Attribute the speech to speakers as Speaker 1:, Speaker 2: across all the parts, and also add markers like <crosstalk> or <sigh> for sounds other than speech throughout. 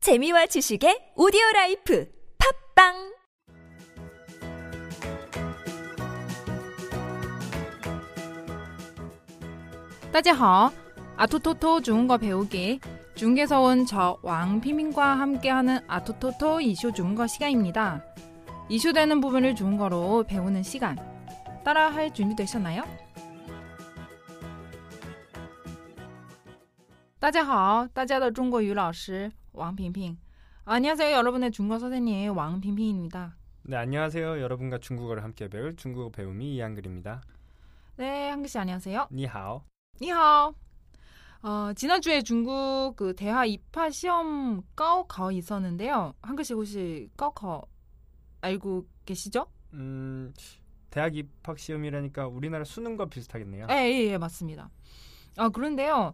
Speaker 1: 재미와 지식의 오디오 라이프 팝빵
Speaker 2: 따지하 아토토토 중국어 배우기 중국에서 온 저 왕피민과 함께하는 아토토토 이슈 중국어 시간입니다. 이슈되는 부분을 중국어로 배우는 시간 따라할 준비되셨나요? 따지하 따지하의 중국어 유老师 왕핑핑 안녕하세요 여러분의 중국어 선생님 왕핑핑입니다.
Speaker 3: 네, 안녕하세요. 여러분과 중국어를 함께 배울 중국어 배움이 이한글입니다.
Speaker 2: 네 한글씨 안녕하세요.
Speaker 3: 니하오.
Speaker 2: 니하오. 어, 지난주에 중국 그 대하 2파 시험 까오카오 있었는데요. 한글씨 혹시 까오카오 알고 계시죠?
Speaker 3: 음, 대학 입학 시험이라니까 우리나라 수능과 비슷하겠네요.
Speaker 2: 예, 예, 예, 맞습니다. 아, 그런데요.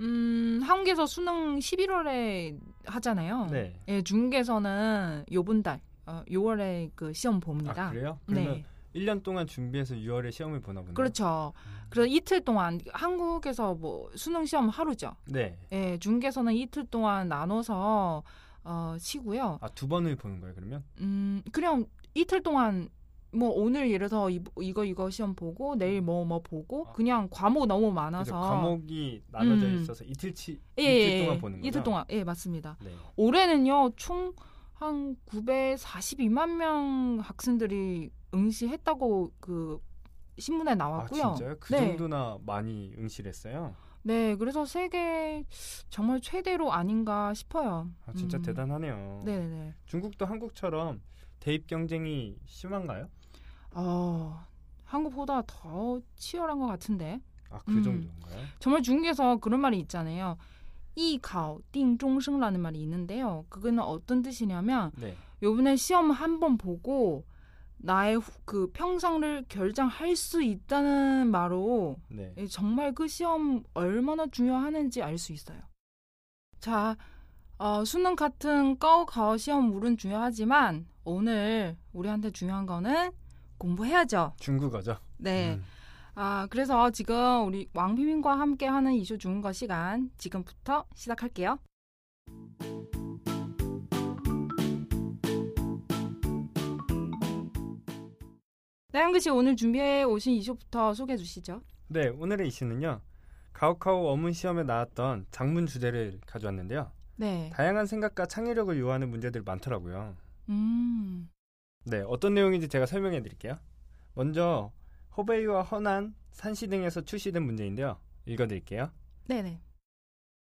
Speaker 2: 음, 한국에서 수능 11월에 하잖아요.
Speaker 3: 네.
Speaker 2: 예, 중국에서는 요번 달, 어, 6월에 그 시험 봅니다.
Speaker 3: 아, 그래요? 그러면
Speaker 2: 네.
Speaker 3: 1년 동안 준비해서 6월에 시험을 보나 보네요.
Speaker 2: 그렇죠. 그래서 이틀 동안 한국에서 뭐 수능 시험 하루죠.
Speaker 3: 네.
Speaker 2: 예, 중국에서는 이틀 동안 나눠서 어, 치고요.
Speaker 3: 아, 두 번을 보는 거예요, 그러면?
Speaker 2: 음, 그냥 이틀 동안 뭐 오늘 예를 들어서 이, 이거 이거 시험 보고 내일 뭐 뭐 보고
Speaker 3: 아.
Speaker 2: 그냥 과목 너무
Speaker 3: 그래서
Speaker 2: 많아서
Speaker 3: 과목이 나눠져
Speaker 2: 음.
Speaker 3: 있어서 이틀치
Speaker 2: 예,
Speaker 3: 이틀
Speaker 2: 예,
Speaker 3: 동안
Speaker 2: 예.
Speaker 3: 보는 거죠.
Speaker 2: 이틀 동안 예 맞습니다.
Speaker 3: 네.
Speaker 2: 올해는요 총 한 942만 명 학생들이 응시했다고 그 신문에
Speaker 3: 아,
Speaker 2: 나왔고요.
Speaker 3: 진짜요? 그
Speaker 2: 네.
Speaker 3: 정도나 많이 응시했어요?
Speaker 2: 네, 그래서 세계 정말 최대로 아닌가 싶어요.
Speaker 3: 아, 진짜
Speaker 2: 음.
Speaker 3: 대단하네요.
Speaker 2: 네, 네.
Speaker 3: 중국도 한국처럼 대입 경쟁이 심한가요?
Speaker 2: 어, 한국보다 더 치열한 것 같은데.
Speaker 3: 아, 그
Speaker 2: 음.
Speaker 3: 정도인가요?
Speaker 2: 정말 중국에서 그런 말이 있잖아요. 이가오 띵종승라는 말이 있는데요. 그거는 어떤 뜻이냐면
Speaker 3: 네.
Speaker 2: 요번에 시험 한 번 보고 나의 후- 그 평상을 결정할 수 있다는 말로
Speaker 3: 네.
Speaker 2: 예, 정말 그 시험 얼마나 중요하는지 알 수 있어요. 자, 어, 수능 같은 까오가오 시험 물은 중요하지만 오늘 우리한테 중요한 거는 공부해야죠.
Speaker 3: 중국어죠.
Speaker 2: 네.
Speaker 3: 음.
Speaker 2: 아, 그래서 지금 우리 왕비민과 함께 하는 이슈 중국어 시간 지금부터 시작할게요. 네, 한글 씨 오늘 준비해 오신 이슈부터 소개해 주시죠.
Speaker 3: 네, 오늘의 이슈는요. 가오카오 어문 시험에 나왔던 작문 주제를 가져왔는데요.
Speaker 2: 네.
Speaker 3: 다양한 생각과 창의력을 요하는 문제들 많더라고요.
Speaker 2: 음.
Speaker 3: 네, 어떤 내용인지 제가 설명해 드릴게요. 먼저 허베이와 허난, 산시 등에서 출시된 문제인데요. 읽어 드릴게요.
Speaker 2: 네네.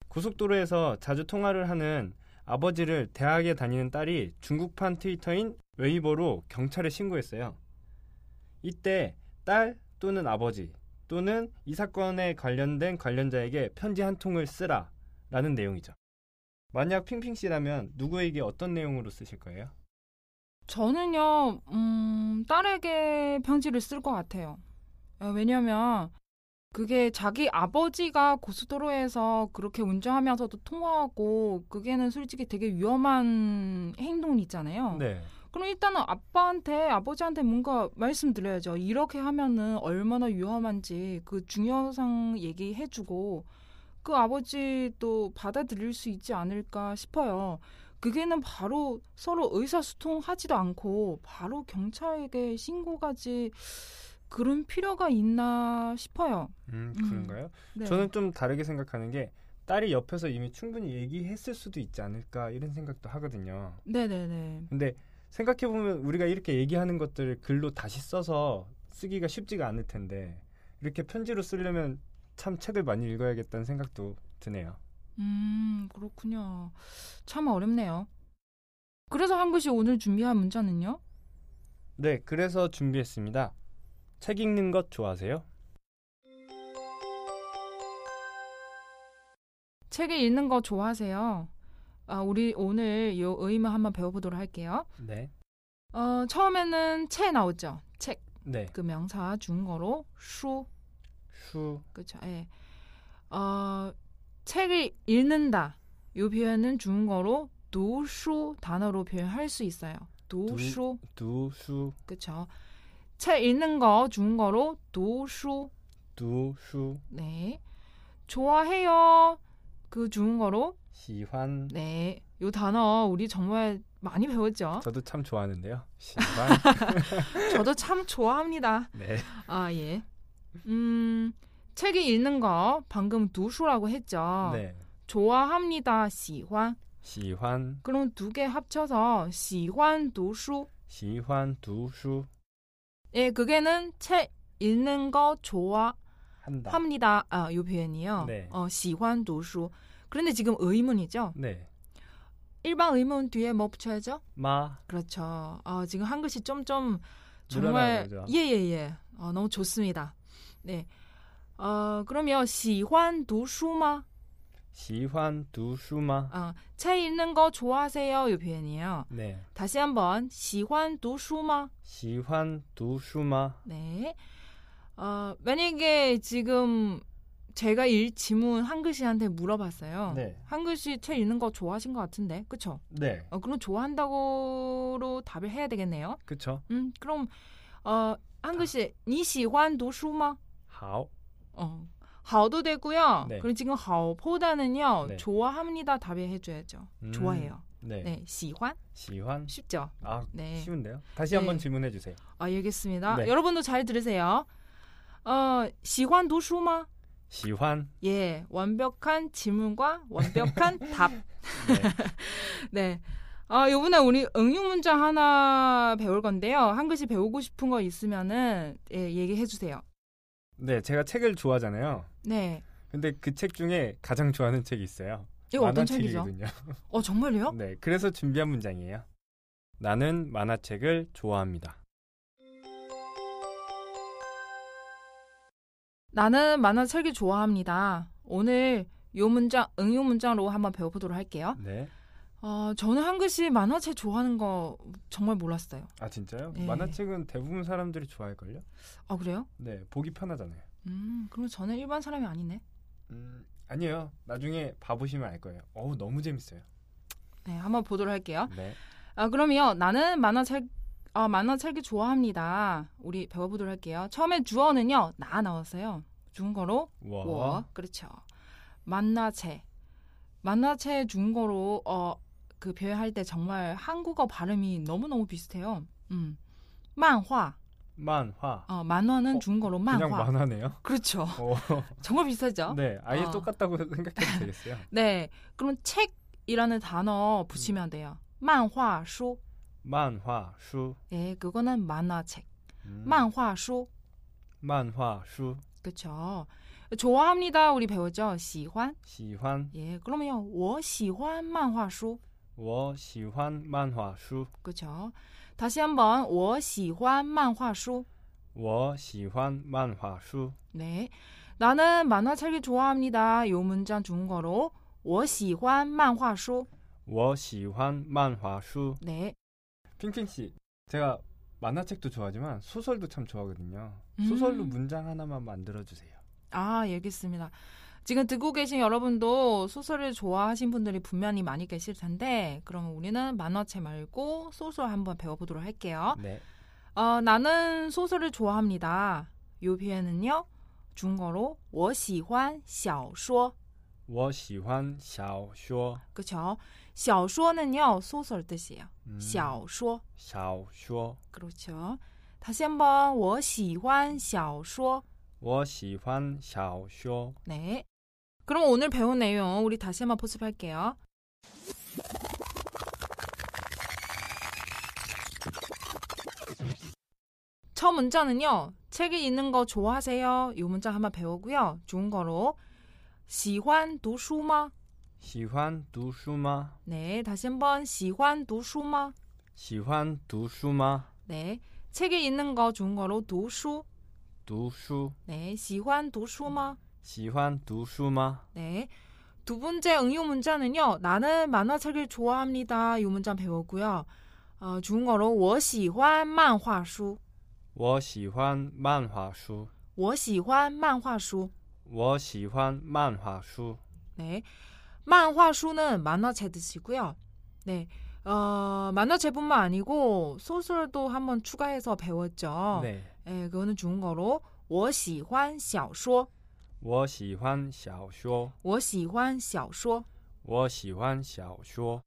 Speaker 3: 고속도로에서 자주 통화를 하는 아버지를 대학에 다니는 딸이 중국판 트위터인 웨이버로 경찰에 신고했어요. 이때 딸 또는 아버지 또는 이 사건에 관련된 관련자에게 편지 한 통을 쓰라 라는 내용이죠. 만약 핑핑 씨라면 누구에게 어떤 내용으로 쓰실 거예요?
Speaker 2: 저는요, 음, 딸에게 편지를 쓸 것 같아요. 어, 왜냐면, 그게 자기 아버지가 고속도로에서 그렇게 운전하면서도 통화하고, 그게는 솔직히 되게 위험한 행동이잖아요.
Speaker 3: 네.
Speaker 2: 그럼 일단은 아빠한테, 아버지한테 뭔가 말씀드려야죠. 이렇게 하면은 얼마나 위험한지 그 중요성 얘기해주고, 그 아버지 또 받아들일 수 있지 않을까 싶어요. 그게는 바로 서로 의사소통하지도 않고 바로 경찰에게 신고까지 그런 필요가 있나 싶어요.
Speaker 3: 음,
Speaker 2: 음.
Speaker 3: 그런가요?
Speaker 2: 네.
Speaker 3: 저는 좀 다르게 생각하는 게 딸이 옆에서 이미 충분히 얘기했을 수도 있지 않을까 이런 생각도 하거든요.
Speaker 2: 네네네.
Speaker 3: 근데 생각해 보면 우리가 이렇게 얘기하는 것들을 글로 다시 써서 쓰기가 쉽지가 않을 텐데 이렇게 편지로 쓰려면 참 책을 많이 읽어야겠다는 생각도 드네요.
Speaker 2: 음 그렇군요. 참 어렵네요. 그래서 한 글씨 오늘 준비한 문자는요.
Speaker 3: 네, 그래서 준비했습니다. 책 읽는 것 좋아하세요?
Speaker 2: 책을 읽는 거 좋아하세요? 아, 우리 오늘 요 의문 한번 배워보도록 할게요.
Speaker 3: 네.
Speaker 2: 어, 처음에는 채 나오죠. 책 그
Speaker 3: 네.
Speaker 2: 명사 중거로 수
Speaker 3: 수
Speaker 2: 그렇죠. 예. 어, 책을 읽는다. 이 표현은 중국어로 도수 단어로 표현할 수 있어요. 도수
Speaker 3: 두수
Speaker 2: 그렇죠. 책 읽는 거 중국어로 도수
Speaker 3: 두수
Speaker 2: 네. 좋아해요. 그 중국어로
Speaker 3: 시환
Speaker 2: 네. 요 단어 우리 정말 많이 배웠죠.
Speaker 3: 저도 참 <laughs> 좋아하는데요. 씨발.
Speaker 2: 저도 참 좋아합니다.
Speaker 3: 네.
Speaker 2: 아 예. 음 책을 읽는 거 방금 두수라고 했죠.
Speaker 3: 네.
Speaker 2: 좋아합니다. 시환.
Speaker 3: 시환,
Speaker 2: 그럼 두 개 합쳐서 시환 두수.
Speaker 3: 시환 두수
Speaker 2: 예, 그게는 책 읽는 거 좋아합니다.
Speaker 3: 한다.
Speaker 2: 아, 요 표현이요.
Speaker 3: 네.
Speaker 2: 어, 시환 두수. 그런데 지금 의문이죠.
Speaker 3: 네.
Speaker 2: 일반 의문 뒤에 뭐 붙여야죠?
Speaker 3: 마
Speaker 2: 그렇죠. 아, 지금 한글씨 좀좀
Speaker 3: 늘어나는
Speaker 2: 정말
Speaker 3: 거죠.
Speaker 2: 예예예. 아, 너무 좋습니다. 네. 어, 그러면 시환 두수마
Speaker 3: 시환 두수마.
Speaker 2: 아, 책 읽는 거 좋아하세요? 이 표현이에요.
Speaker 3: 네.
Speaker 2: 다시 한번 시환 두수마
Speaker 3: 시환 두수마.
Speaker 2: 네. 어, 만약에 지금 제가 일 지문 한글씨한테 물어봤어요.
Speaker 3: 네.
Speaker 2: 한글씨 책 읽는 거 좋아하신 것 같은데, 그쵸?
Speaker 3: 네.
Speaker 2: 어, 그럼 좋아한다고로 답을 해야 되겠네요.
Speaker 3: 그쵸?
Speaker 2: 음, 그럼 어, 한글씨 니 시환 두수마?
Speaker 3: 好.
Speaker 2: 어, 하오도 되고요.
Speaker 3: 네.
Speaker 2: 그리고 지금 하오보다는요.
Speaker 3: 네.
Speaker 2: 좋아합니다 답에 해줘야죠.
Speaker 3: 음.
Speaker 2: 좋아해요.
Speaker 3: 네.
Speaker 2: 네, 시환
Speaker 3: 시환.
Speaker 2: 쉽죠.
Speaker 3: 아,
Speaker 2: 네.
Speaker 3: 쉬운데요? 다시
Speaker 2: 네.
Speaker 3: 한번 질문해 주세요.
Speaker 2: 아, 알겠습니다.
Speaker 3: 네.
Speaker 2: 여러분도 잘 들으세요. 어, 시환 도수마?
Speaker 3: 시환.
Speaker 2: 예, 완벽한 질문과 완벽한 <laughs> 답.
Speaker 3: 네. <laughs>
Speaker 2: 네. 아, 요번에 우리 응용 문장 하나 배울 건데요. 한글씨 배우고 싶은 거 있으면은 예, 얘기해 주세요.
Speaker 3: 네, 제가 책을 좋아하잖아요.
Speaker 2: 네.
Speaker 3: 근데 그 책 중에 가장 좋아하는 책이 있어요.
Speaker 2: 이거 어떤 책이죠?
Speaker 3: 만화책이거든요.
Speaker 2: 어, 정말요?
Speaker 3: 네, 그래서 준비한 문장이에요. 나는 만화책을 좋아합니다.
Speaker 2: 나는 만화책을 좋아합니다. 오늘 요 문장 응용 문장으로 한번 배워보도록 할게요.
Speaker 3: 네.
Speaker 2: 어, 저는 한글씨 만화책 좋아하는 거 정말 몰랐어요.
Speaker 3: 아 진짜요?
Speaker 2: 네.
Speaker 3: 만화책은 대부분 사람들이 좋아할걸요?
Speaker 2: 아 그래요?
Speaker 3: 네, 보기 편하잖아요.
Speaker 2: 음, 그럼 저는 일반 사람이 아니네.
Speaker 3: 음, 아니에요. 나중에 봐보시면 알 거예요. 어우 너무 재밌어요.
Speaker 2: 네, 한번 보도록 할게요.
Speaker 3: 네.
Speaker 2: 아 그럼요. 나는 만화책 아 만화책이 좋아합니다. 우리 배워보도록 할게요. 처음에 주어는요 나 나왔어요. 중거로
Speaker 3: 와.
Speaker 2: 워 그렇죠. 만화책 만화책 중거로 어그 표현할 때 정말 한국어 발음이 너무 너무 비슷해요. 음 만화
Speaker 3: 만화.
Speaker 2: 어 만화는
Speaker 3: 어,
Speaker 2: 중거로 만화
Speaker 3: 그냥 만화네요.
Speaker 2: 그렇죠.
Speaker 3: <laughs>
Speaker 2: <laughs>
Speaker 3: 어.
Speaker 2: 정말 비슷하죠.
Speaker 3: 네, 아예
Speaker 2: 어.
Speaker 3: 똑같다고 생각해도 되겠어요.
Speaker 2: 네, 그럼 책이라는 단어 붙이면 돼요. 만화书.
Speaker 3: 만화 수.
Speaker 2: 네, 그거는 만화책.
Speaker 3: 음,
Speaker 2: 만화书.
Speaker 3: 만화 수.
Speaker 2: 그렇죠. 좋아합니다. 우리 배우죠. 시환.
Speaker 3: 喜欢.
Speaker 2: 예, 그러면요. 我喜欢 만화书.
Speaker 3: 我喜欢 만화 수.
Speaker 2: 그렇죠. 다시 한번 我喜欢 만화书.
Speaker 3: 我喜欢 만화 수.
Speaker 2: 네. 나는 만화책을 좋아합니다. 요 문장 중거로 我喜欢 만화书.
Speaker 3: 我喜欢 만화 수.
Speaker 2: 네.
Speaker 3: 핑핑 씨, 제가 만화책도 좋아하지만 소설도 참 좋아하거든요.
Speaker 2: 음.
Speaker 3: 소설로 문장 하나만 만들어 주세요.
Speaker 2: 아, 알겠습니다. 지금 듣고 계신 여러분도 소설을 좋아하신 분들이 분명히 많이 계실 텐데 그럼 우리는 만화책 말고 소설 한번 배워보도록 할게요.
Speaker 3: 네.
Speaker 2: 어, 나는 소설을 좋아합니다. 요 표현은요. 중국어로 我喜欢小说.
Speaker 3: 我喜欢小说.
Speaker 2: 그렇죠? 小说는요. 소설 뜻이에요.
Speaker 3: 음,
Speaker 2: 小说.
Speaker 3: 小说.
Speaker 2: 그렇죠? 다시 한번 我喜欢小说.
Speaker 3: 我喜欢小说.
Speaker 2: 네. 그럼 오늘 배운 내용 우리 다시 한번 복습할게요. 첫 문자는요. 책이 있는 거 좋아하세요? 이 문자 한번 배우고요. 중국어로 喜欢读书吗?
Speaker 3: 喜欢读书吗?
Speaker 2: 네, 다시 한번 喜欢读书吗?
Speaker 3: 喜欢读书吗?
Speaker 2: 네. 책이 있는 거 중국어로 读书.
Speaker 3: 读书.
Speaker 2: 네, 喜欢读书吗?
Speaker 3: 喜欢读书吗?
Speaker 2: 네. 두 번째 응용 문자는요. 나는 만화책을 좋아합니다. 이 문자 배웠고요. 어, 중국어로 我喜欢 만화书.
Speaker 3: 我喜欢漫画书.
Speaker 2: 我喜欢 만화书.
Speaker 3: 我喜欢漫画书.
Speaker 2: 네. 만화书는 만화책 뜻이고요. 네. 어, 만화책뿐만 아니고 소설도 한번 추가해서 배웠죠.
Speaker 3: 네.
Speaker 2: 예, 그거는 중국어로 我喜欢小说.
Speaker 3: 我喜欢小说.
Speaker 2: 我喜欢小说.
Speaker 3: 我喜欢小说.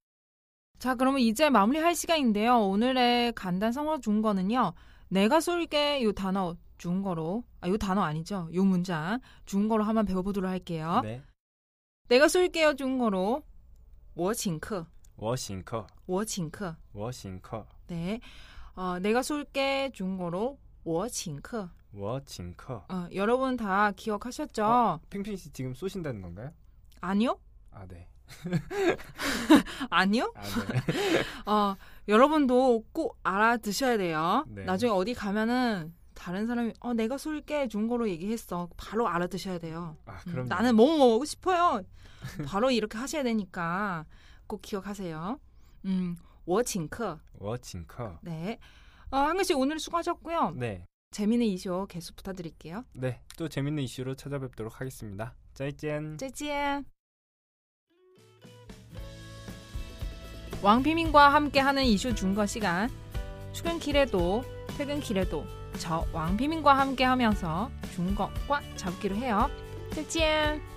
Speaker 2: 자, 그러면 이제 마무리할 시간인데요. 오늘의 간단 성어 중거는요. 내가 쏠게 요 단어 중거로 아, 요 단어 아니죠. 요 문장 중거로 한번 배워보도록 할게요.
Speaker 3: 네.
Speaker 2: 내가 쏠게요 중거로 我请客,
Speaker 3: 我请客,
Speaker 2: 我请客.
Speaker 3: 我请客,
Speaker 2: 네. 어, 내가 쏠게 중거로 我请客.
Speaker 3: 我请客.
Speaker 2: 어, 여러분 다 기억하셨죠?
Speaker 3: 어? 핑핑 씨 지금 쏘신다는 건가요?
Speaker 2: 아니요?
Speaker 3: 아, 네.
Speaker 2: 아니요?
Speaker 3: 아, 네.
Speaker 2: 어, 여러분도 꼭 알아두셔야 돼요.
Speaker 3: 네.
Speaker 2: 나중에 어디 가면은 다른 사람이 어 내가 술게 좋은 거로 얘기했어. 바로 알아두셔야 돼요.
Speaker 3: <laughs> 아,
Speaker 2: 음,
Speaker 3: 그럼
Speaker 2: 나는 뭐뭐 먹고 싶어요. 바로 이렇게 하셔야 되니까 꼭 기억하세요. 음, 워칭크.
Speaker 3: 我请客.
Speaker 2: 네. 어, 한 글씨 오늘 수고하셨고요.
Speaker 3: 네.
Speaker 2: 재미있는 이슈 계속 부탁드릴게요.
Speaker 3: 네. 또 재밌는 이슈로 찾아뵙도록 하겠습니다.
Speaker 2: 음.
Speaker 3: 짜이짠.
Speaker 2: 짜잔. 왕피민과 함께하는 이슈 준거 시간. 출근길에도 퇴근길에도 저 왕피민과 함께하면서 준거꽉 잡기로 해요. 짜잔.